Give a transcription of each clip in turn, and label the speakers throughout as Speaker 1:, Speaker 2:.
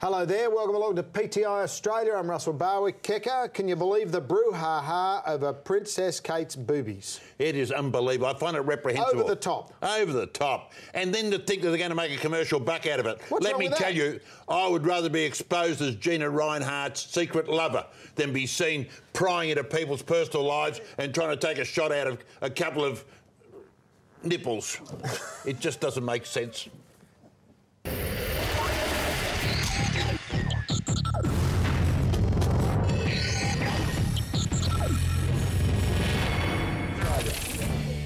Speaker 1: Hello there, welcome along to PTI Australia. I'm Russell Barwick. Kicker, can you believe the brouhaha over Princess Kate's boobies?
Speaker 2: It is unbelievable. I find it reprehensible.
Speaker 1: Over the top.
Speaker 2: Over the top. And then to think that they're going to make a commercial buck out of it.
Speaker 1: What's
Speaker 2: Let
Speaker 1: wrong
Speaker 2: me
Speaker 1: with
Speaker 2: tell
Speaker 1: that?
Speaker 2: you, I would rather be exposed as Gina Reinhardt's secret lover than be seen prying into people's personal lives and trying to take a shot out of a couple of nipples. it just doesn't make sense.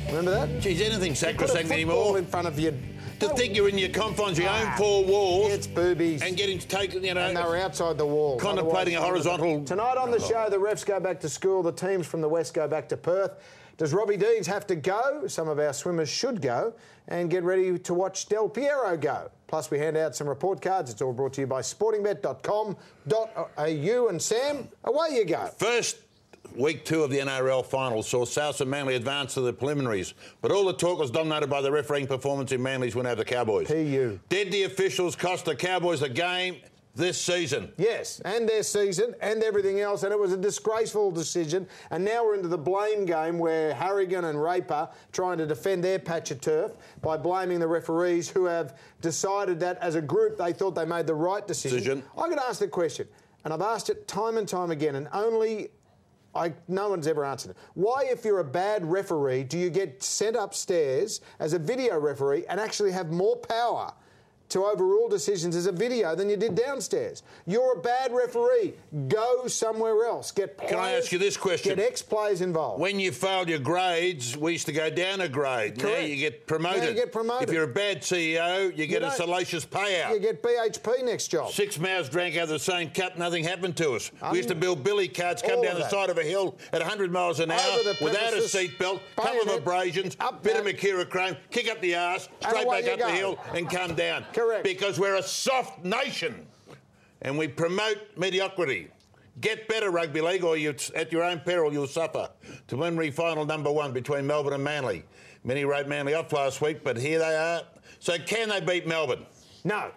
Speaker 1: Remember that?
Speaker 2: Geez, anything
Speaker 1: Put a
Speaker 2: sacrosanct
Speaker 1: football
Speaker 2: anymore.
Speaker 1: in front of you.
Speaker 2: To think you're in your confines, your
Speaker 1: Ah,
Speaker 2: own four walls,
Speaker 1: It's boobies.
Speaker 2: and getting taken, you know.
Speaker 1: And they were outside the wall.
Speaker 2: Contemplating a
Speaker 1: Otherwise-
Speaker 2: horizontal-
Speaker 1: Tonight on the show, the refs go back to school, the teams from the West go back to Perth. Does Robbie Deans have to go? Some of our swimmers should go and get ready to watch Del Piero go. Plus, we hand out some report cards. It's all brought to you by sportingbet.com.au. And Sam, away you go.
Speaker 2: First week two of the NRL finals saw South and Manly advance to the preliminaries, but all the talk was dominated by the refereeing performance in Manly's win over the Cowboys.
Speaker 1: PU.
Speaker 2: Did the officials cost the Cowboys a game this season?
Speaker 1: Yes, and their season and everything else, and it was a disgraceful decision. And now we're into the blame game where Harrigan and Raper trying to defend their patch of turf by blaming the referees who have decided that as a group they thought they made the right decision.
Speaker 2: Decision.
Speaker 1: I could ask the question, and I've asked it time and time again, and only I, no one's ever answered it. Why, if you're a bad referee, do you get sent upstairs as a video referee and actually have more power to overrule decisions as a video than you did downstairs? You're a bad referee. Go somewhere else. Get players,
Speaker 2: I ask you this question?
Speaker 1: Get ex players involved.
Speaker 2: When you failed your grades, we used to go down a grade. Now
Speaker 1: Correct.
Speaker 2: you get promoted.
Speaker 1: Now you get promoted.
Speaker 2: If you're a bad CEO, you get a
Speaker 1: don't-
Speaker 2: salacious payout.
Speaker 1: you get BHP next job.
Speaker 2: Six mouths drank out of the same cup, nothing happened to us. we used to build billy carts, come
Speaker 1: all
Speaker 2: down
Speaker 1: of
Speaker 2: the
Speaker 1: that.
Speaker 2: side of a hill at 100 miles an hour
Speaker 1: Over the
Speaker 2: without a
Speaker 1: premises,
Speaker 2: seatbelt, couple of
Speaker 1: bayonet,
Speaker 2: abrasions,
Speaker 1: up
Speaker 2: bit of
Speaker 1: that-
Speaker 2: Makira chrome, kick up the arse,
Speaker 1: And
Speaker 2: straight
Speaker 1: away
Speaker 2: back
Speaker 1: you
Speaker 2: up the
Speaker 1: go.
Speaker 2: hill and come down.
Speaker 1: Correct.
Speaker 2: Because we're a soft nation and we promote mediocrity. Get better, rugby league, or you, at your own peril you'll suffer. To win final number one between Melbourne and Manly. Many wrote Manly off last week, but here they are. So can they beat Melbourne?
Speaker 1: No,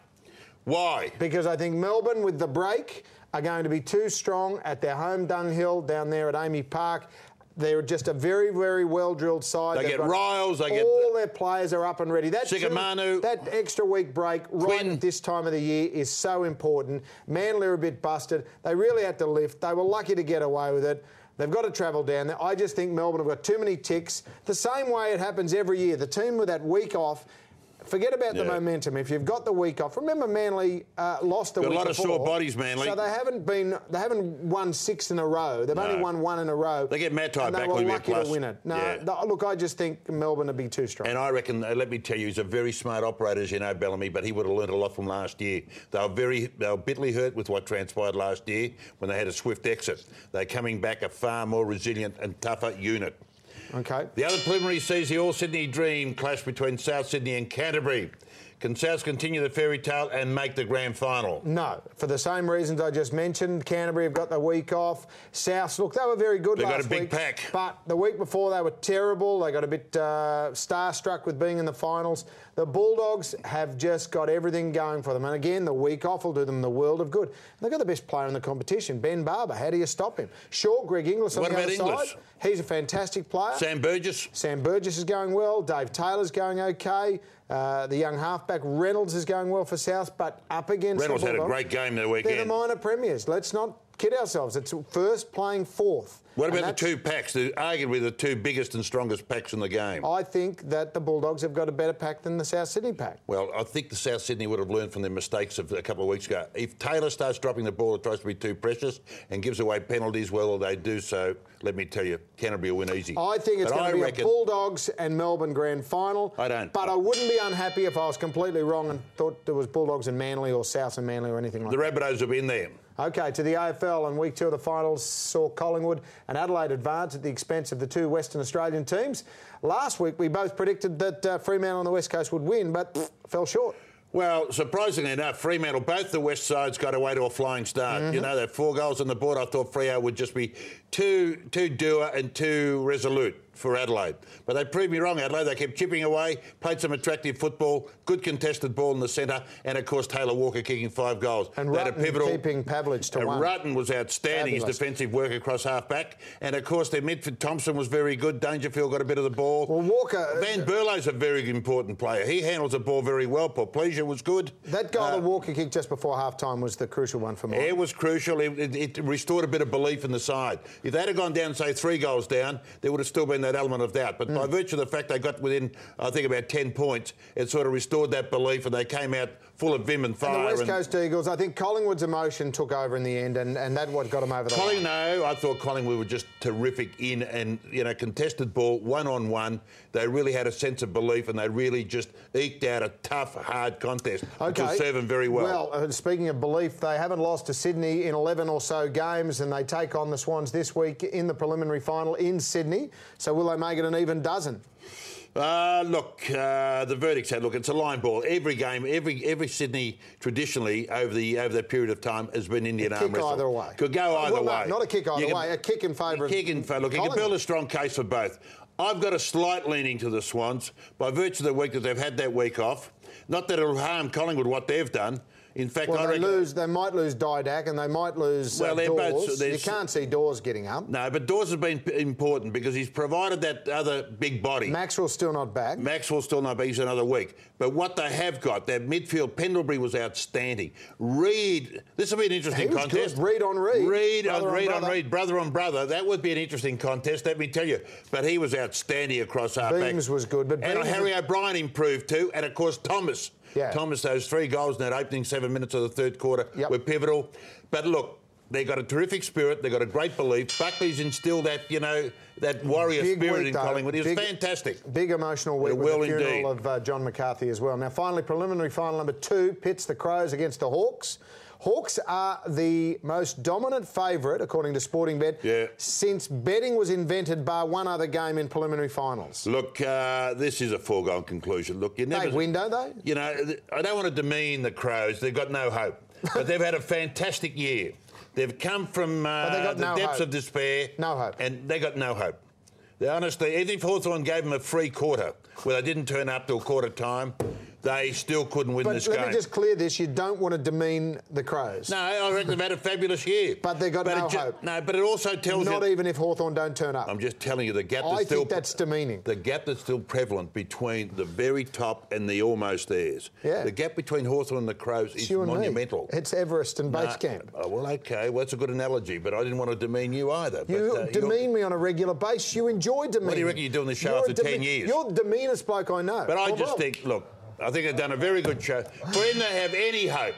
Speaker 2: Why?
Speaker 1: because I think Melbourne, with the break, are going to be too strong at their home dunghill down there at Amy Park. They're just a very, very well drilled side.
Speaker 2: They
Speaker 1: They've
Speaker 2: get
Speaker 1: got-
Speaker 2: Riles, they get-
Speaker 1: all their players are up and ready. That two-
Speaker 2: Sigamanu.
Speaker 1: that extra week break right
Speaker 2: Quinn.
Speaker 1: at this time of the year is so important. Manly are a bit busted. They really had to lift. They were lucky to get away with it. They've got to travel down there. I just think Melbourne have got too many ticks. The same way it happens every year. The team with that week off. Forget about the
Speaker 2: Yeah.
Speaker 1: momentum. If you've got the week off, remember Manly uh, lost the
Speaker 2: Got a
Speaker 1: week
Speaker 2: lot of
Speaker 1: before.
Speaker 2: sore bodies, Manly.
Speaker 1: So they haven't been, they haven't won six in a row. They've only
Speaker 2: No.
Speaker 1: won one in a row.
Speaker 2: They get Matai
Speaker 1: and they
Speaker 2: back
Speaker 1: were
Speaker 2: would be a
Speaker 1: lucky
Speaker 2: plus.
Speaker 1: to win it. No,
Speaker 2: Yeah.
Speaker 1: th- Oh, look, I just think Melbourne would be too strong.
Speaker 2: And I reckon, uh, let me tell you, he's a very smart operator, as you know, Bellamy, but he would have learnt a lot from last year. They were very, they were bitterly hurt with what transpired last year when they had a swift exit. They're coming back a far more resilient and tougher unit.
Speaker 1: okay.
Speaker 2: The other preliminary sees the All Sydney Dream clash between South Sydney and Canterbury. Can South continue the fairy tale and make the grand final?
Speaker 1: No, for the same reasons I just mentioned. Canterbury have got the week off. South, look, they were very good
Speaker 2: They've got
Speaker 1: last
Speaker 2: a big
Speaker 1: week,
Speaker 2: pack.
Speaker 1: But the week before, they were terrible. They got a bit uh, starstruck with being in the finals. The Bulldogs have just got everything going for them. And again, the week off will do them the world of good. They've got the best player in the competition, Ben Barber. How do you stop him? Sure, Greg Inglis on
Speaker 2: What
Speaker 1: the
Speaker 2: about
Speaker 1: other
Speaker 2: Inglis?
Speaker 1: side. He's a fantastic player.
Speaker 2: Sam Burgess?
Speaker 1: Sam Burgess is going well. Dave Taylor's going okay. Uh, the young halfback Reynolds is going well for South, but up against
Speaker 2: Reynolds
Speaker 1: the
Speaker 2: had a
Speaker 1: Bulldogs,
Speaker 2: great game the
Speaker 1: They're the
Speaker 2: weekend.
Speaker 1: minor premiers. Let's not kid ourselves. It's first playing fourth.
Speaker 2: What
Speaker 1: And
Speaker 2: about the
Speaker 1: that's-
Speaker 2: two packs? They're arguably the two biggest and strongest packs in the game.
Speaker 1: I think that the Bulldogs have got a better pack than the South Sydney pack.
Speaker 2: Well, I think the South Sydney would have learned from their mistakes of a couple of weeks ago. If Taylor starts dropping the ball and tries to be too precious and gives away penalties, well, they do so. Let me tell you, Canterbury will win easy.
Speaker 1: I think it's
Speaker 2: But
Speaker 1: going
Speaker 2: I
Speaker 1: to be
Speaker 2: reckon,
Speaker 1: a Bulldogs and Melbourne grand final.
Speaker 2: I don't-
Speaker 1: But I wouldn't be unhappy if I was completely wrong and thought there was Bulldogs and Manly or South and Manly or anything like
Speaker 2: The
Speaker 1: that.
Speaker 2: Rabbitohs have been there.
Speaker 1: Okay, to the AFL, and week two of the finals saw Collingwood and Adelaide advance at the expense of the two Western Australian teams. Last week, we both predicted that uh, Fremantle on the West Coast would win, but pff, fell short.
Speaker 2: Well, surprisingly enough, Fremantle, both the West sides got away to a flying start.
Speaker 1: Mm-hmm.
Speaker 2: You know, they had four goals on the board. I thought Freo would just be too too doer and too resolute. for Adelaide. But they proved me wrong, Adelaide. They kept chipping away, played some attractive football, good contested ball in the centre, and of course Taylor Walker kicking five goals.
Speaker 1: And
Speaker 2: They had a
Speaker 1: Rutten
Speaker 2: pivotal-
Speaker 1: keeping Pavlich to
Speaker 2: and
Speaker 1: one.
Speaker 2: Rutten was outstanding.
Speaker 1: Fabulous.
Speaker 2: His defensive work across half back, and of course their midfield Thompson was very good. Dangerfield got a bit of the ball.
Speaker 1: Well, Walker- uh,
Speaker 2: Van Burlow's a very important player. He handles the ball very well. Pleasure was good.
Speaker 1: That goal
Speaker 2: Uh,
Speaker 1: that Walker kicked just before half time was the crucial one for me.
Speaker 2: It was crucial. It, it, it restored a bit of belief in the side. If they'd have gone down, say, three goals down, there would have still been that element of doubt. But by
Speaker 1: Mm.
Speaker 2: virtue of the fact they got within, I think, about 10 points, it sort of restored that belief and they came out full of vim and fire.
Speaker 1: And the West
Speaker 2: and-
Speaker 1: Coast Eagles, I think Collingwood's emotion took over in the end, and, and that what got them over the
Speaker 2: Colling,
Speaker 1: line.
Speaker 2: no, I thought Collingwood were just terrific in and you know contested ball one on one. They really had a sense of belief and they really just eked out a tough, hard contest, which will serve them very well.
Speaker 1: Well, uh, speaking of belief, they haven't lost to Sydney in 11 or so games, and they take on the Swans this week in the preliminary final in Sydney. So will they make it an even dozen?
Speaker 2: Uh, look, uh, the verdict's out. Look, it's a line ball. Every game, every every Sydney traditionally over the over that period of time has been Indian arm
Speaker 1: kick
Speaker 2: wrestle.
Speaker 1: either way. Uh,
Speaker 2: Could go
Speaker 1: Well,
Speaker 2: either
Speaker 1: no,
Speaker 2: way.
Speaker 1: not a kick either
Speaker 2: You can-
Speaker 1: way, a kick in favour of
Speaker 2: Kick in favour. Look, you can
Speaker 1: Collingwood.
Speaker 2: build a strong case for both. I've got a slight leaning to the Swans by virtue of the week that they've had that week off. Not that it'll harm Collingwood what they've done. In fact,
Speaker 1: Well,
Speaker 2: I
Speaker 1: they
Speaker 2: reckon.
Speaker 1: lose. They might lose Didak, and they might lose
Speaker 2: Well,
Speaker 1: uh,
Speaker 2: they're both-
Speaker 1: Dawes.
Speaker 2: they're
Speaker 1: you
Speaker 2: s-
Speaker 1: can't see Dawes getting up.
Speaker 2: No, but Dawes has been p- important because he's provided that other big body.
Speaker 1: Maxwell's still not back.
Speaker 2: Maxwell still not, but he's another week. But what they have got, that midfield, Pendlebury was outstanding. Reed, this will be an interesting
Speaker 1: He was good.
Speaker 2: contest.
Speaker 1: Reed on Reed.
Speaker 2: Reed on
Speaker 1: Brother on
Speaker 2: Reed on,
Speaker 1: brother.
Speaker 2: Reed, brother on brother. That would be an interesting contest, let me tell you. But he was outstanding across our back.
Speaker 1: Beams was good, but
Speaker 2: and
Speaker 1: Beams-
Speaker 2: Harry O'Brien improved too, and of course Thomas.
Speaker 1: Yeah.
Speaker 2: Thomas, those three goals in that opening seven minutes of the third quarter
Speaker 1: Yep.
Speaker 2: were pivotal. But look, they've got a terrific spirit. They've got a great belief. Buckley's instilled that, you know, that warrior
Speaker 1: Big
Speaker 2: spirit
Speaker 1: week,
Speaker 2: in
Speaker 1: though.
Speaker 2: Collingwood. He was
Speaker 1: Big-
Speaker 2: fantastic.
Speaker 1: Big emotional week
Speaker 2: It
Speaker 1: with
Speaker 2: will
Speaker 1: the funeral
Speaker 2: indeed.
Speaker 1: of uh, John McCarthy as well. Now, finally, preliminary final number two pits the Crows against the Hawks. Hawks are the most dominant favourite, according to Sporting Bet,
Speaker 2: Yeah.
Speaker 1: since betting was invented, bar one other game in preliminary finals.
Speaker 2: Look, uh, this is a foregone conclusion. Look, you never.
Speaker 1: They win, don't they?
Speaker 2: You know, th- I don't want to demean the Crows. They've got no hope, but they've had a fantastic year. They've come from
Speaker 1: But they
Speaker 2: uh,
Speaker 1: got
Speaker 2: the
Speaker 1: no
Speaker 2: depths
Speaker 1: hope.
Speaker 2: of despair.
Speaker 1: No hope.
Speaker 2: And they got no hope. They honestly, even if Hawthorn gave them a free quarter, where they didn't turn up till quarter time, they still couldn't win
Speaker 1: But
Speaker 2: this
Speaker 1: let
Speaker 2: game.
Speaker 1: me just clear this you don't want to demean the Crows.
Speaker 2: No, I reckon they've had a fabulous year.
Speaker 1: But they got no
Speaker 2: it ju-
Speaker 1: hope.
Speaker 2: No, but it also tells
Speaker 1: Not
Speaker 2: you.
Speaker 1: even if Hawthorn don't turn up.
Speaker 2: I'm just telling you, the gap
Speaker 1: I
Speaker 2: is
Speaker 1: think
Speaker 2: still.
Speaker 1: that's demeaning.
Speaker 2: The gap that's still prevalent between the very top and the almost theirs.
Speaker 1: Yeah.
Speaker 2: The gap between Hawthorn and the Crows
Speaker 1: It's
Speaker 2: is
Speaker 1: you and
Speaker 2: monumental.
Speaker 1: me. It's Everest and
Speaker 2: No,
Speaker 1: Base Camp.
Speaker 2: oh, well, okay. Well, that's a good analogy, but I didn't want to demean you either.
Speaker 1: You
Speaker 2: but, uh, you're-
Speaker 1: demean me on a regular basis. You enjoy demeaning.
Speaker 2: you reckon you do on the show
Speaker 1: You're
Speaker 2: after
Speaker 1: a deme-
Speaker 2: 10 years?
Speaker 1: You're the meanest bloke I know.
Speaker 2: But I
Speaker 1: Well,
Speaker 2: just
Speaker 1: well,
Speaker 2: think, look, I think they've done a very good show. For him to have any hope,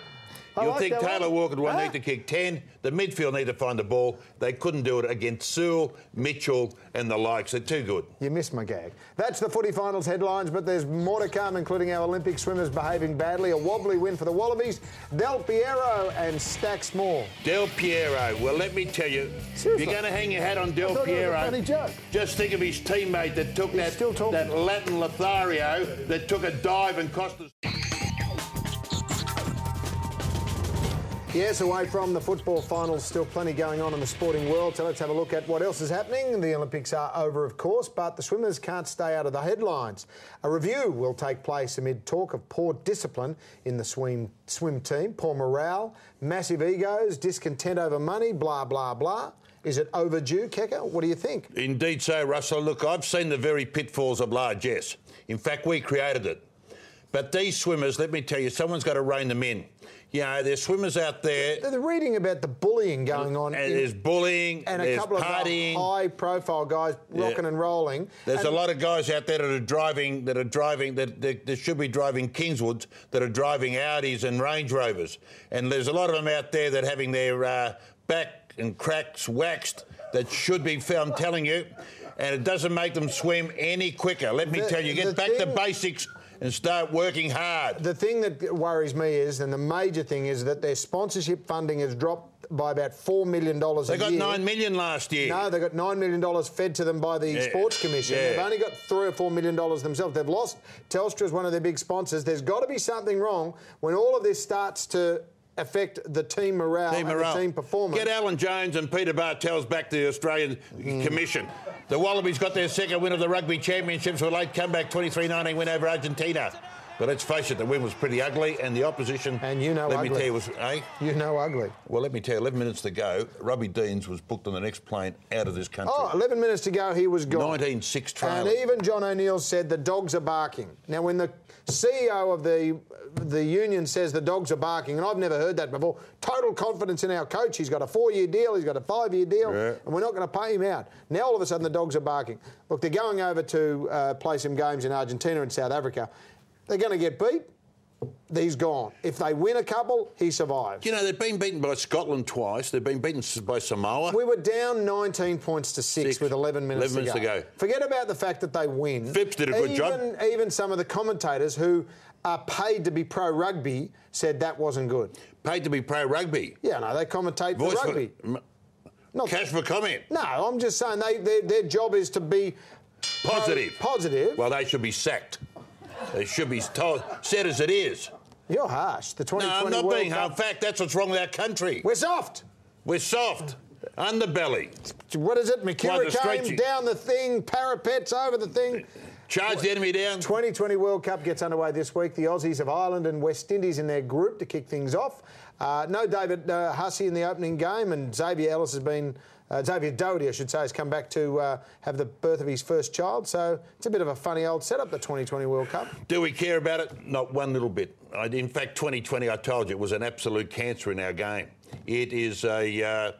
Speaker 1: I
Speaker 2: you'll
Speaker 1: like
Speaker 2: think
Speaker 1: that
Speaker 2: Taylor
Speaker 1: one.
Speaker 2: Walker will
Speaker 1: Ah.
Speaker 2: need to kick 10. The midfield need to find the ball. They couldn't do it against Sewell, Mitchell, and the likes. They're too good.
Speaker 1: You missed my gag. That's the footy finals headlines, but there's more to come, including our Olympic swimmers behaving badly, a wobbly win for the Wallabies, Del Piero, and stacks more.
Speaker 2: Del Piero. Well, let me tell you,
Speaker 1: Seriously.
Speaker 2: you're going to hang your hat on Del
Speaker 1: I thought it was a
Speaker 2: Piero.
Speaker 1: funny joke.
Speaker 2: Just think of his teammate that took that,
Speaker 1: still talking.
Speaker 2: that Latin Lothario that took a dive and cost us.
Speaker 1: Yes, away from the football finals, still plenty going on in the sporting world. So let's have a look at what else is happening. The Olympics are over, of course, but the swimmers can't stay out of the headlines. A review will take place amid talk of poor discipline in the swim, swim team, poor morale, massive egos, discontent over money, blah, blah, blah. Is it overdue, Kecker? What do you think?
Speaker 2: Indeed so, Russell. Look, I've seen the very pitfalls of largesse. In fact, we created it. But these swimmers, let me tell you, someone's got to rein them in. You know, there's swimmers out there,
Speaker 1: They're reading about the bullying going on.
Speaker 2: and
Speaker 1: in-
Speaker 2: there's bullying,
Speaker 1: and a
Speaker 2: there's
Speaker 1: couple
Speaker 2: partying.
Speaker 1: of high profile guys rocking and rolling.
Speaker 2: There's
Speaker 1: And
Speaker 2: a lot of guys out there that are driving, that are driving, that, that, that should be driving Kingswoods, that are driving Audis and Range Rovers, and there's a lot of them out there that are having their uh, back and cracks waxed that should be. I'm telling you, and it doesn't make them swim any quicker. Let me
Speaker 1: The-
Speaker 2: tell you,
Speaker 1: the
Speaker 2: get back to
Speaker 1: thing-
Speaker 2: basics and start working hard.
Speaker 1: The thing that worries me is, and the major thing is, that their sponsorship funding has dropped by about $4 million a
Speaker 2: they got
Speaker 1: year.
Speaker 2: nine million last year.
Speaker 1: No, they got $9 million fed to them by the
Speaker 2: Yeah,
Speaker 1: Sports Commission.
Speaker 2: yeah.
Speaker 1: They've only got 3 or $4 million themselves. They've lost Telstra as one of their big sponsors. There's got to be something wrong when all of this starts to affect the team morale,
Speaker 2: Team morale.
Speaker 1: and the team performance.
Speaker 2: Get Alan Jones and Peter Bartels back to the Australian
Speaker 1: Mm.
Speaker 2: Commission. The Wallabies got their second win of the Rugby Championships with a late comeback 23-19 win over Argentina. But let's face it, the win was pretty ugly, and the opposition.
Speaker 1: And you know
Speaker 2: let me
Speaker 1: ugly.
Speaker 2: tell you, was eh?
Speaker 1: You know, ugly.
Speaker 2: Well, let me tell you, 11 minutes to go. Robbie Deans was booked on the next plane out of this country.
Speaker 1: Oh, 11 minutes to go, he was gone.
Speaker 2: 19-6
Speaker 1: And
Speaker 2: trail.
Speaker 1: even John O'Neill said the dogs are barking. Now, when the CEO of the the union says the dogs are barking, and I've never heard that before, total confidence in our coach. He's got a four year deal, he's got a five year deal,
Speaker 2: Yeah.
Speaker 1: and we're not going to pay him out. Now, all of a sudden, the dogs are barking. Look, they're going over to uh, play some games in Argentina and South Africa. They're going to get beat. He's gone. If they win a couple, he survives.
Speaker 2: you know, they've been beaten by Scotland twice. They've been beaten s- by Samoa.
Speaker 1: We were down 19 points to six,
Speaker 2: Six.
Speaker 1: with 11 minutes,
Speaker 2: 11 minutes to go.
Speaker 1: Forget about the fact that they win.
Speaker 2: Phipps did a good
Speaker 1: even,
Speaker 2: job.
Speaker 1: Even some of the commentators who are paid to be pro rugby said that wasn't good.
Speaker 2: Paid to be pro rugby.
Speaker 1: Yeah, no, they commentate
Speaker 2: Voice
Speaker 1: for
Speaker 2: for-
Speaker 1: rugby.
Speaker 2: m-
Speaker 1: Not-
Speaker 2: cash for comment.
Speaker 1: No, I'm just saying they, their, their job is to be pro-
Speaker 2: Positive.
Speaker 1: Positive.
Speaker 2: Well, they should be sacked. They should be told, said as it is.
Speaker 1: You're harsh. The
Speaker 2: No,
Speaker 1: 2020
Speaker 2: I'm not
Speaker 1: World
Speaker 2: being
Speaker 1: Cup.
Speaker 2: hard. In fact, that's what's wrong with our country.
Speaker 1: We're soft.
Speaker 2: We're soft, underbelly.
Speaker 1: What is it?
Speaker 2: Quite
Speaker 1: McCura
Speaker 2: a
Speaker 1: came
Speaker 2: stretchy.
Speaker 1: down the thing, parapets over the thing.
Speaker 2: Charge the enemy down.
Speaker 1: 2020 World Cup gets underway this week. The Aussies of Ireland and West Indies in their group to kick things off. Uh, no David uh, Hussey in the opening game, and Xavier Ellis has been. Uh, Xavier Doherty, I should say, has come back to uh, have the birth of his first child. So it's a bit of a funny old setup, the 2020 World Cup.
Speaker 2: Do we care about it? Not one little bit. I, in fact, 2020, I told you, it was an absolute cancer in our game. It is a. Uh,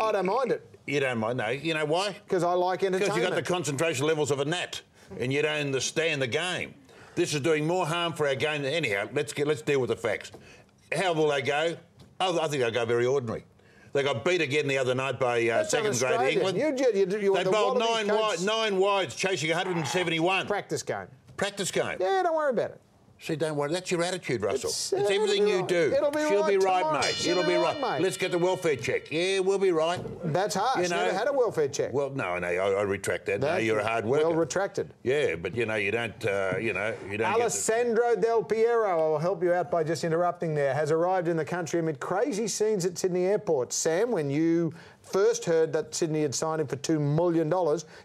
Speaker 1: I don't mind it
Speaker 2: you don't mind, no. You know why?
Speaker 1: because I like
Speaker 2: Because
Speaker 1: entertainment.
Speaker 2: you've got the concentration levels of a gnat, and you don't understand the game. This is doing more harm for our game. than Anyhow, let's get let's deal with the facts. How will they go? Oh, I think they'll go very ordinary. They got beat again the other night by uh,
Speaker 1: That's not
Speaker 2: second grade
Speaker 1: Australian.
Speaker 2: England.
Speaker 1: You did- you did- you were
Speaker 2: they
Speaker 1: the
Speaker 2: bowled
Speaker 1: Wallabies
Speaker 2: nine,
Speaker 1: coach.
Speaker 2: wide, nine wides, chasing 171.
Speaker 1: practice game.
Speaker 2: Practice game.
Speaker 1: Yeah, don't worry about it.
Speaker 2: See, don't worry. That's your attitude, Russell.
Speaker 1: It's-
Speaker 2: It's,
Speaker 1: it'll be
Speaker 2: everything you
Speaker 1: right.
Speaker 2: do.
Speaker 1: It'll be
Speaker 2: She'll
Speaker 1: right
Speaker 2: be right,
Speaker 1: tomorrow.
Speaker 2: mate.
Speaker 1: She'll
Speaker 2: It'll
Speaker 1: be
Speaker 2: be
Speaker 1: right,
Speaker 2: right.
Speaker 1: mate.
Speaker 2: Let's get the welfare check. Yeah, we'll be right.
Speaker 1: That's harsh.
Speaker 2: You know-
Speaker 1: Never had a welfare check.
Speaker 2: Well, no, no, I, I retract that. no,
Speaker 1: Thank
Speaker 2: you're
Speaker 1: you.
Speaker 2: a hard worker.
Speaker 1: Well retracted.
Speaker 2: yeah, but you know, you don't, uh, you know, you don't. Get the-
Speaker 1: Alessandro Del Piero, I'll help you out by just interrupting there, has arrived in the country amid crazy scenes at Sydney Airport. Sam, when you first heard that Sydney had signed him for $2 million,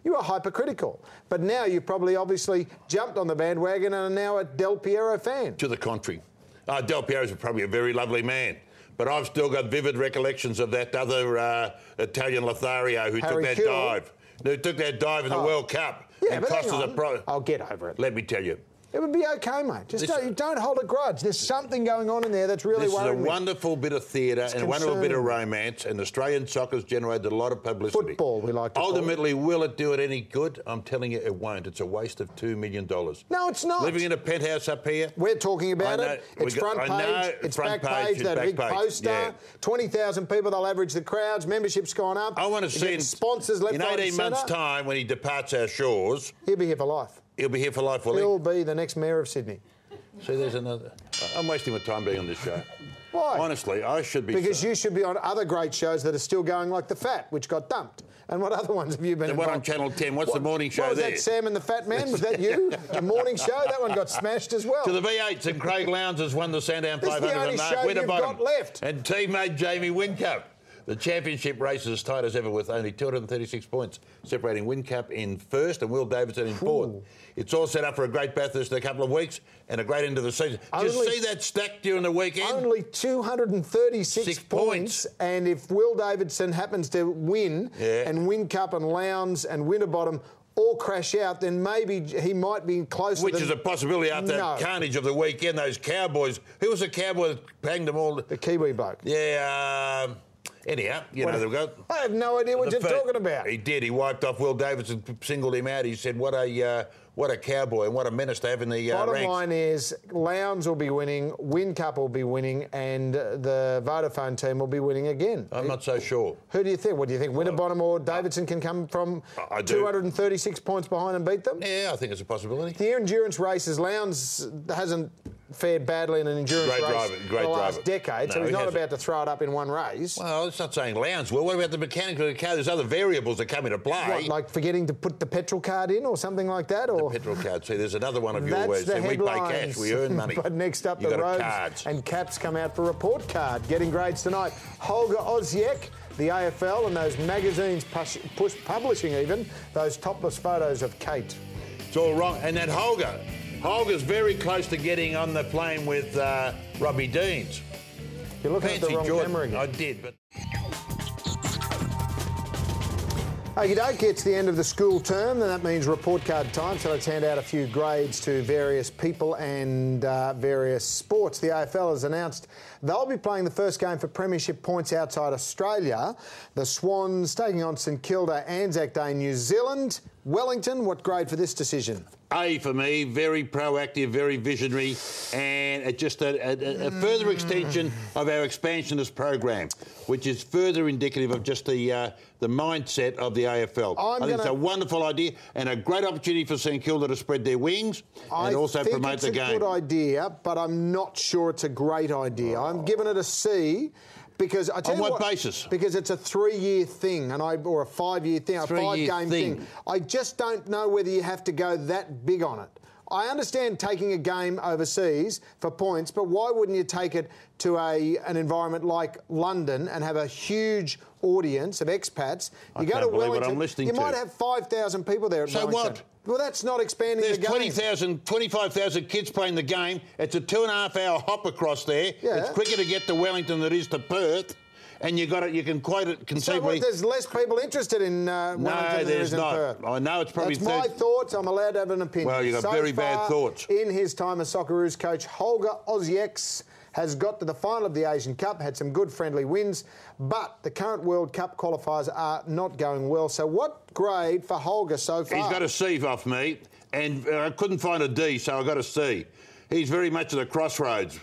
Speaker 1: you were hypercritical. But now you've probably obviously jumped on the bandwagon and are now a Del Piero fan.
Speaker 2: to the contrary. Uh, Del Piero's probably a very lovely man, but I've still got vivid recollections of that other uh, Italian Lothario who
Speaker 1: Harry
Speaker 2: took that
Speaker 1: Kewell.
Speaker 2: dive, who took that dive in the
Speaker 1: Oh.
Speaker 2: World Cup
Speaker 1: Yeah,
Speaker 2: and
Speaker 1: but
Speaker 2: cost
Speaker 1: hang
Speaker 2: us a
Speaker 1: on. Oh.
Speaker 2: pro.
Speaker 1: I'll get over it.
Speaker 2: Let me tell you,
Speaker 1: It would be okay, mate. Just
Speaker 2: This-
Speaker 1: don't, don't hold a grudge. There's something going on in there that's really
Speaker 2: This is a
Speaker 1: worrying me.
Speaker 2: wonderful bit of theatre and a wonderful bit of
Speaker 1: concerning.
Speaker 2: romance, and Australian soccer's generated a lot of publicity.
Speaker 1: Football, we like to call it.
Speaker 2: Ultimately, will it do it any good? I'm telling you, it won't. It's a waste of $2 million.
Speaker 1: No, it's not.
Speaker 2: Living in a penthouse up here?
Speaker 1: We're talking about
Speaker 2: I know-
Speaker 1: it.
Speaker 2: we
Speaker 1: It's
Speaker 2: got-
Speaker 1: front page.
Speaker 2: I know,
Speaker 1: it's
Speaker 2: front
Speaker 1: back
Speaker 2: page,
Speaker 1: page.
Speaker 2: it's
Speaker 1: That
Speaker 2: back
Speaker 1: big
Speaker 2: page,
Speaker 1: poster.
Speaker 2: yeah.
Speaker 1: Twenty thousand people. They'll average the crowds. Membership's gone up.
Speaker 2: I want to
Speaker 1: They're
Speaker 2: see
Speaker 1: getting
Speaker 2: in,
Speaker 1: sponsors left
Speaker 2: in
Speaker 1: right, and
Speaker 2: 18 months'
Speaker 1: centre.
Speaker 2: time when he departs our shores,
Speaker 1: He'll be here for life.
Speaker 2: he'll be here for life, will he?
Speaker 1: He'll be the next mayor of Sydney.
Speaker 2: See, there's another. I'm wasting my time being on this show.
Speaker 1: Why?
Speaker 2: Honestly, I should be.
Speaker 1: Because you should be on other great shows that are still going, like The Fat, which got dumped. And what other ones have you been?
Speaker 2: The one on
Speaker 1: involved-
Speaker 2: Channel 10. What's the morning show
Speaker 1: What was
Speaker 2: there?
Speaker 1: that Sam and the Fat Man? Was that you? the morning show. That one got smashed as well.
Speaker 2: To the V8s and Craig Lowndes has won the Sandown
Speaker 1: This is the
Speaker 2: 500
Speaker 1: only
Speaker 2: and
Speaker 1: show
Speaker 2: Mark Winterbottom.
Speaker 1: you've got left.
Speaker 2: And teammate Jamie Wincup. The championship race is as tight as ever with only 236 points, separating Wincup in first and Will Davidson in fourth. It's all set up for a great Bathurst in a couple of weeks and a great end of the season. Did you
Speaker 1: Only-
Speaker 2: see that stack during the weekend?
Speaker 1: Only 236
Speaker 2: Six
Speaker 1: points.
Speaker 2: points.
Speaker 1: And if Will Davidson happens to win
Speaker 2: Yeah.
Speaker 1: and win Cup and Lowndes and Winterbottom all crash out, then maybe he might be closer.
Speaker 2: which
Speaker 1: than-
Speaker 2: is a possibility after
Speaker 1: No.
Speaker 2: that carnage of the weekend. Those cowboys. Who was the cowboy that banged them all?
Speaker 1: The Kiwi bloke.
Speaker 2: Yeah. Um, anyhow, you know they've got.
Speaker 1: I have no idea what
Speaker 2: The
Speaker 1: you're
Speaker 2: fact-
Speaker 1: talking about.
Speaker 2: He did. He wiped off Will Davidson, singled him out. He said, "What a uh, what a cowboy and what a menace to have in the uh,
Speaker 1: Bottom
Speaker 2: ranks."
Speaker 1: line is, Lowndes will be winning, Win Cup will be winning, and uh, the Vodafone team will be winning again.
Speaker 2: I'm not so sure.
Speaker 1: Who do you think? What do you think? Winterbottom or Davidson can come from
Speaker 2: uh, I- I do.
Speaker 1: 236 points behind and beat them?
Speaker 2: Yeah, I think it's a possibility.
Speaker 1: The endurance races, Lowndes hasn't fared badly in an endurance
Speaker 2: Great
Speaker 1: race
Speaker 2: driver, great
Speaker 1: in the last
Speaker 2: driver.
Speaker 1: decade, so
Speaker 2: No,
Speaker 1: he's
Speaker 2: he
Speaker 1: not
Speaker 2: hasn't.
Speaker 1: about to throw it up in one race.
Speaker 2: Well, it's not saying Lowndes will. What about the mechanics of the car? There's other variables that come into play.
Speaker 1: What, like forgetting to put the petrol card in or something like that, or
Speaker 2: Petrol card. See, there's another one of your
Speaker 1: that's
Speaker 2: words.
Speaker 1: the
Speaker 2: Then we pay
Speaker 1: headlines.
Speaker 2: cash, we earn money.
Speaker 1: but next up,
Speaker 2: you
Speaker 1: the
Speaker 2: got a
Speaker 1: roads
Speaker 2: cards.
Speaker 1: and caps come out for report card. Getting grades tonight. Holger Oziek, the AFL, and those magazines push, push publishing even those topless photos of Kate.
Speaker 2: It's all wrong. And that Holger, Holger's very close to getting on the plane with uh, Robbie Deans.
Speaker 1: You're looking at
Speaker 2: Fancy
Speaker 1: the wrong
Speaker 2: Jordan.
Speaker 1: camera again.
Speaker 2: I did, but.
Speaker 1: Hey, Uh, don't it's the end of the school term, and that means report card time. So let's hand out a few grades to various people and uh, various sports. The AFL has announced they'll be playing the first game for premiership points outside Australia. The Swans taking on St Kilda, Anzac Day, New Zealand. Wellington, what grade for this decision?
Speaker 2: A for me, very proactive, very visionary, and it just a, a, a- a further extension of our expansionist program, which is further indicative of just the uh, the mindset of the AFL.
Speaker 1: I'm
Speaker 2: I think it's
Speaker 1: gonna-
Speaker 2: a wonderful idea and a great opportunity for St Kilda to spread their wings and
Speaker 1: I
Speaker 2: also
Speaker 1: think
Speaker 2: promote
Speaker 1: it's
Speaker 2: the
Speaker 1: a
Speaker 2: game.
Speaker 1: good idea, but I'm not sure it's a great idea. I'm giving it a C because I tell
Speaker 2: Oh. On
Speaker 1: you
Speaker 2: what basis?
Speaker 1: Because it's a three-year thing, and I or a five-year thing, a
Speaker 2: Three-year
Speaker 1: five-game thing.
Speaker 2: thing.
Speaker 1: I just don't know whether you have to go that big on it. I understand taking a game overseas for points, but why wouldn't you take it to a an environment like London and have a huge audience of expats? You go
Speaker 2: can't
Speaker 1: to
Speaker 2: believe what I'm
Speaker 1: Wellington,
Speaker 2: listening
Speaker 1: you
Speaker 2: to.
Speaker 1: might have five thousand people there. At
Speaker 2: So
Speaker 1: Wellington.
Speaker 2: what?
Speaker 1: Well, that's not expanding
Speaker 2: There's
Speaker 1: the game.
Speaker 2: 20,000, 25,000 kids playing the game. It's a two and a half hour hop across there.
Speaker 1: Yeah.
Speaker 2: It's quicker to get to Wellington than it is to Perth. And you got it. You can quote it
Speaker 1: So
Speaker 2: conceivably.
Speaker 1: what, there's less people interested in uh, Wellington than there
Speaker 2: there's
Speaker 1: is in
Speaker 2: not.
Speaker 1: Perth.
Speaker 2: I know it's probably
Speaker 1: That's my
Speaker 2: third-
Speaker 1: thoughts. I'm allowed to have an opinion.
Speaker 2: Well, you've got
Speaker 1: So
Speaker 2: very bad
Speaker 1: far,
Speaker 2: thoughts.
Speaker 1: In his time as Socceroos coach, Holger Ozieks has got to the final of the Asian Cup, had some good friendly wins, but the current World Cup qualifiers are not going well. So what grade for Holger so far?
Speaker 2: He's got a C off me, and uh, I couldn't find a D, so I got a C. He's very much at a crossroads.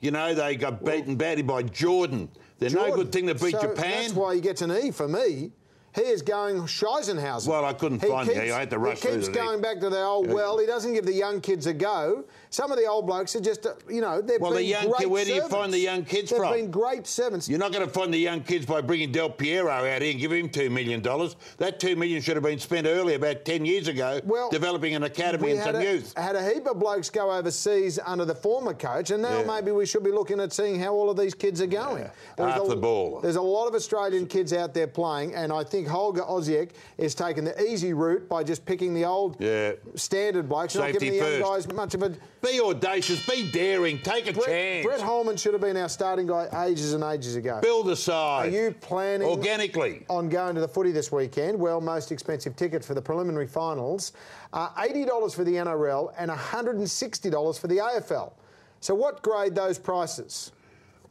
Speaker 2: You know, they got beaten badly by Jordan. They're no
Speaker 1: Jordan.
Speaker 2: good thing to beat
Speaker 1: So
Speaker 2: Japan.
Speaker 1: That's why he gets an E for me. He is going Scheisenhausen.
Speaker 2: Well, I couldn't find it. I had to rush
Speaker 1: He
Speaker 2: through
Speaker 1: keeps
Speaker 2: the thing.
Speaker 1: going back to the old well. He doesn't give the young kids a go. Some of the old blokes are just, uh, you know, they've
Speaker 2: Well,
Speaker 1: been
Speaker 2: the young
Speaker 1: great
Speaker 2: kid- where do you
Speaker 1: servants.
Speaker 2: find the young kids
Speaker 1: they've
Speaker 2: from?
Speaker 1: been great servants.
Speaker 2: You're not going to find the young kids by bringing Del Piero out here and give him two million dollars. That two million should have been spent earlier, about ten years ago,
Speaker 1: Well,
Speaker 2: developing an academy
Speaker 1: we
Speaker 2: and
Speaker 1: had
Speaker 2: some
Speaker 1: a,
Speaker 2: youth.
Speaker 1: had a heap of blokes go overseas under the former coach, and now
Speaker 2: Yeah.
Speaker 1: maybe we should be looking at seeing how all of these kids are going. There's
Speaker 2: Half
Speaker 1: a,
Speaker 2: the ball.
Speaker 1: There's a lot of Australian kids out there playing, and I think Holger Oziek is taking the easy route by just picking the old
Speaker 2: Yeah.
Speaker 1: standard blokes, not
Speaker 2: Safety
Speaker 1: giving the young
Speaker 2: first.
Speaker 1: guys much of a.
Speaker 2: Be audacious, be daring, take a
Speaker 1: Brett,
Speaker 2: chance,
Speaker 1: Brett Holman should have been our starting guy ages and ages ago.
Speaker 2: build a
Speaker 1: Are
Speaker 2: side.
Speaker 1: you planning
Speaker 2: Organically.
Speaker 1: on going to the footy this weekend? Well, most expensive tickets for the preliminary finals are eighty dollars for the NRL and hundred and sixty dollars for the AFL. So, what grade those prices?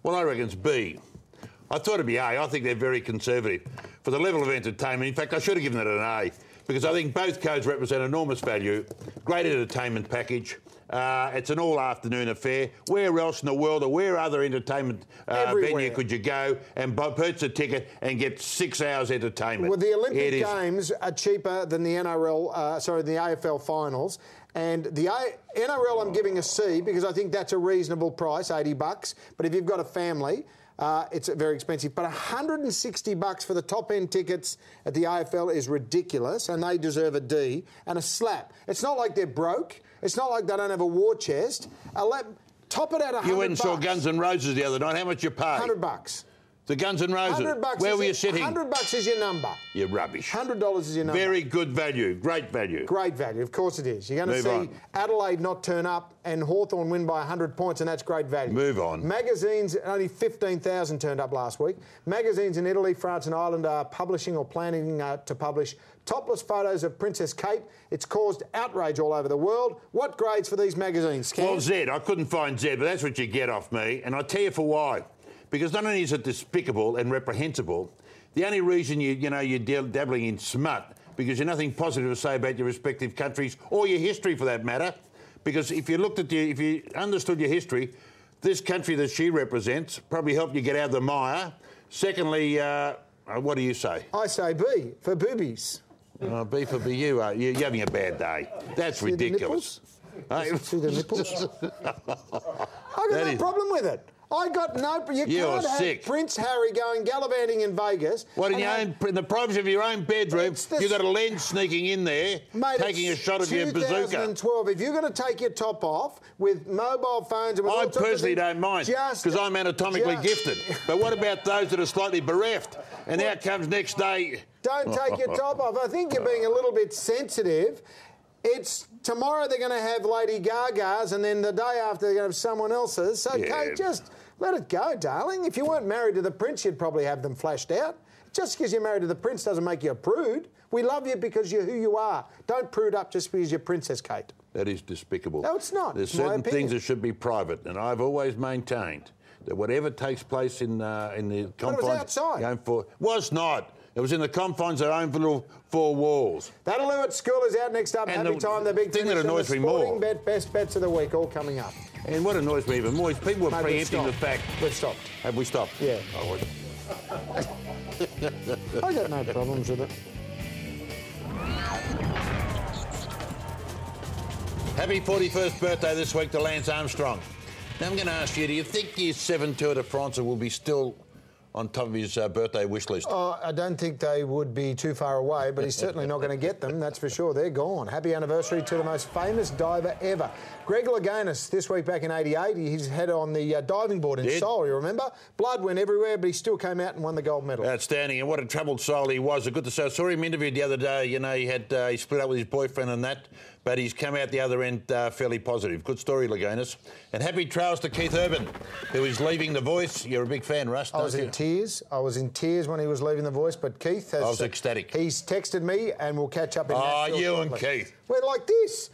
Speaker 2: Well, I reckon it's B. I thought it'd be A. I think they're very conservative for the level of entertainment. In fact, I should have given it an A because I think both codes represent enormous value, great entertainment package. Uh, it's an all afternoon affair. Where else in the world or where other entertainment uh,
Speaker 1: Everywhere.
Speaker 2: venue could you go and bu- purchase a ticket and get six hours entertainment?
Speaker 1: Well, the Olympic
Speaker 2: It is-
Speaker 1: Games are cheaper than the NRL, uh, sorry, the AFL finals. And the a- NRL, I'm giving a C because I think that's a reasonable price, 80 bucks. But if you've got a family, uh, it's very expensive. But 160 bucks for the top end tickets at the AFL is ridiculous, and they deserve a D and a slap. It's not like they're broke. It's not like they don't have a war chest. A lap, top it at 100
Speaker 2: You went and saw
Speaker 1: bucks.
Speaker 2: Guns N' Roses the other night. How much you paid?
Speaker 1: 100 bucks.
Speaker 2: The Guns N' Roses.
Speaker 1: 100 bucks.
Speaker 2: Where
Speaker 1: is
Speaker 2: were
Speaker 1: your-
Speaker 2: you sitting?
Speaker 1: 100 bucks is your number.
Speaker 2: You're rubbish.
Speaker 1: $100 is your number.
Speaker 2: Very good value. Great value.
Speaker 1: Great value, of course it is. You're going to
Speaker 2: Move
Speaker 1: see
Speaker 2: on.
Speaker 1: Adelaide not turn up and Hawthorn win by 100 points, and that's great value.
Speaker 2: Move on.
Speaker 1: Magazines, only 15,000 turned up last week. Magazines in Italy, France, and Ireland are publishing or planning uh, to publish topless photos of Princess Kate. It's caused outrage all over the world. What grades for these magazines, Cam?
Speaker 2: Well, Zed, I couldn't find Zed, but that's what you get off me, and I tell you for why. Because not only is it despicable and reprehensible, the only reason you you know you're dab- dabbling in smut because you're nothing positive to say about your respective countries or your history for that matter. Because if you looked at your, if you understood your history, this country that she represents probably helped you get out of the mire. Secondly, uh, uh, what do you say? Uh,
Speaker 1: I say B for boobies.
Speaker 2: Oh, B for B, you are you're having a bad day. That's
Speaker 1: See the
Speaker 2: ridiculous.
Speaker 1: nipples? See the nipples? I got
Speaker 2: That
Speaker 1: no
Speaker 2: is-
Speaker 1: problem with it. I got no. You
Speaker 2: You're
Speaker 1: can't
Speaker 2: sick.
Speaker 1: have Prince Harry going gallivanting in Vegas.
Speaker 2: What in
Speaker 1: and
Speaker 2: your
Speaker 1: have-
Speaker 2: own, in the privacy of your own bedroom,
Speaker 1: It's this-
Speaker 2: you've got a lens sneaking in there,
Speaker 1: Mate,
Speaker 2: taking a
Speaker 1: it's
Speaker 2: shot of your bazooka.
Speaker 1: 2012. If you're going to take your top off with mobile phones and with all
Speaker 2: I
Speaker 1: sorts of
Speaker 2: personally
Speaker 1: things,
Speaker 2: don't mind
Speaker 1: just-
Speaker 2: because I'm anatomically
Speaker 1: just-
Speaker 2: gifted. But what about those that are slightly bereft? And out comes next day.
Speaker 1: Don't take your top off. I think you're being a little bit sensitive. It's tomorrow they're going to have Lady Gaga's, and then the day after they're going to have someone else's. So,
Speaker 2: Yeah.
Speaker 1: Kate, just let it go, darling. If you weren't married to the prince, you'd probably have them flashed out. Just because you're married to the prince doesn't make you a prude. We love you because you're who you are. Don't prude up just because you're princess, Kate.
Speaker 2: That is despicable.
Speaker 1: No, it's not.
Speaker 2: There's
Speaker 1: It's my
Speaker 2: certain
Speaker 1: opinion.
Speaker 2: things that should be private, and I've always maintained that whatever takes place in uh, in the
Speaker 1: was
Speaker 2: confines,
Speaker 1: outside.
Speaker 2: your own four- was not. It was in the confines of our own little four walls.
Speaker 1: That'll do it. School is out next up.
Speaker 2: And
Speaker 1: Happy
Speaker 2: the
Speaker 1: time. The big
Speaker 2: thing that
Speaker 1: finish and
Speaker 2: annoys
Speaker 1: the
Speaker 2: me more-
Speaker 1: sporting bet best bets of the week all coming up.
Speaker 2: And what annoys me even more is people were
Speaker 1: Mate, we've
Speaker 2: preempting the
Speaker 1: stopped.
Speaker 2: fact.
Speaker 1: We've stopped.
Speaker 2: Have we stopped?
Speaker 1: Yeah.
Speaker 2: Oh, well.
Speaker 1: I got no problems with it.
Speaker 2: Happy 41st birthday this week to Lance Armstrong. Now I'm going to ask you: Do you think his seven Tour de France will be still on top of his uh, birthday wish list?
Speaker 1: Uh, I don't think they would be too far away, but he's certainly not going to get them, that's for sure. They're gone. Happy anniversary to the most famous diver ever. Greg Louganis, this week back in 88, he's head on the uh, diving board in
Speaker 2: Did.
Speaker 1: Seoul, you remember? Blood went everywhere, but he still came out and won the gold medal.
Speaker 2: Outstanding, and what a troubled soul he was. Good to say. I saw him interviewed the other day. You know, he had uh, he split up with his boyfriend and that, but he's come out the other end uh, fairly positive. Good story, Lagonis. And happy trails to Keith Urban, who is leaving The Voice. You're a big fan, Russ.
Speaker 1: I was in tears. I was in tears when he was leaving The Voice, but Keith has.
Speaker 2: I was ecstatic.
Speaker 1: He's texted me, and we'll catch up in.
Speaker 2: Oh,
Speaker 1: Nashville
Speaker 2: you and
Speaker 1: shortly.
Speaker 2: Keith.
Speaker 1: We're like this.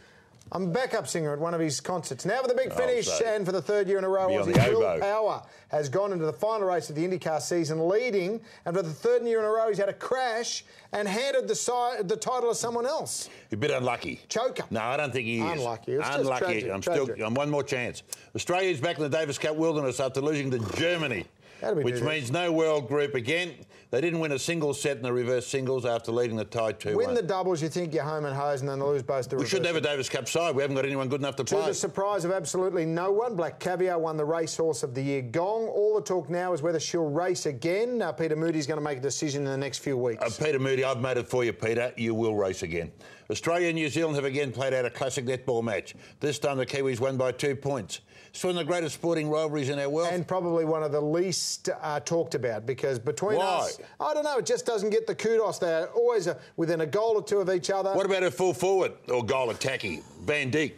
Speaker 1: I'm a backup singer at one of his concerts. Now for the big finish,
Speaker 2: Oh, so-
Speaker 1: and for the third year in a row,
Speaker 2: Be on
Speaker 1: Aussie
Speaker 2: the
Speaker 1: Will
Speaker 2: oboe.
Speaker 1: Power has gone into the final race of the IndyCar season, leading, and for the third year in a row, he's had a crash and handed the, si- the title to someone else.
Speaker 2: a bit unlucky.
Speaker 1: Choker.
Speaker 2: No, I don't think he is.
Speaker 1: Unlucky. It's just
Speaker 2: unlucky.
Speaker 1: tragic,
Speaker 2: I'm
Speaker 1: tragic.
Speaker 2: still. I'm one more chance. Australia's back in the Davis Cup wilderness after losing to Germany.
Speaker 1: How do we do
Speaker 2: Which
Speaker 1: this?
Speaker 2: means no world group again. They didn't win a single set in the reverse singles after leading the tie 2
Speaker 1: Win
Speaker 2: 1.
Speaker 1: the doubles, you think you're home and hose, and then lose both. The
Speaker 2: We should have a Davis Cup side. We haven't got anyone good enough to
Speaker 1: To
Speaker 2: play.
Speaker 1: the surprise of absolutely no one, Black Caviar won the Racehorse of the Year Gong. All the talk now is whether she'll race again. Uh, Peter Moody's going to make a decision in the next few weeks.
Speaker 2: Uh, Peter Moody, I've made it for you, Peter. You will race again. Australia and New Zealand have again played out a classic netball match. This time the Kiwis won by two points. It's one of the greatest sporting rivalries in our world.
Speaker 1: and probably one of the least uh, talked about because between
Speaker 2: Why?
Speaker 1: us, I don't know, it just doesn't get the kudos. They're always uh, within a goal or two of each other.
Speaker 2: what about a full forward or goal attacking? Van Dijk.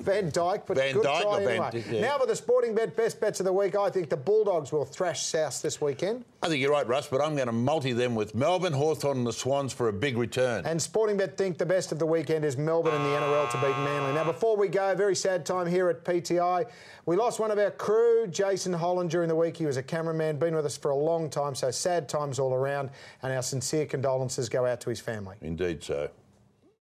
Speaker 1: Van Dyke, but
Speaker 2: Van
Speaker 1: good
Speaker 2: Dijk
Speaker 1: try
Speaker 2: or Van
Speaker 1: anyway.
Speaker 2: Dijk, yeah.
Speaker 1: Now for the sporting bet best bets of the week, I think the Bulldogs will thrash South this weekend.
Speaker 2: I think you're right, Russ, but I'm going to multi them with Melbourne, Hawthorn, and the Swans for a big return.
Speaker 1: And Sporting Bet think the best of the weekend is Melbourne and the NRL to beat Manly. Now, before we go, very sad time here at PTI. We lost one of our crew, Jason Holland, during the week. He was a cameraman, been with us for a long time, so sad times all around. And our sincere condolences go out to his family.
Speaker 2: Indeed so.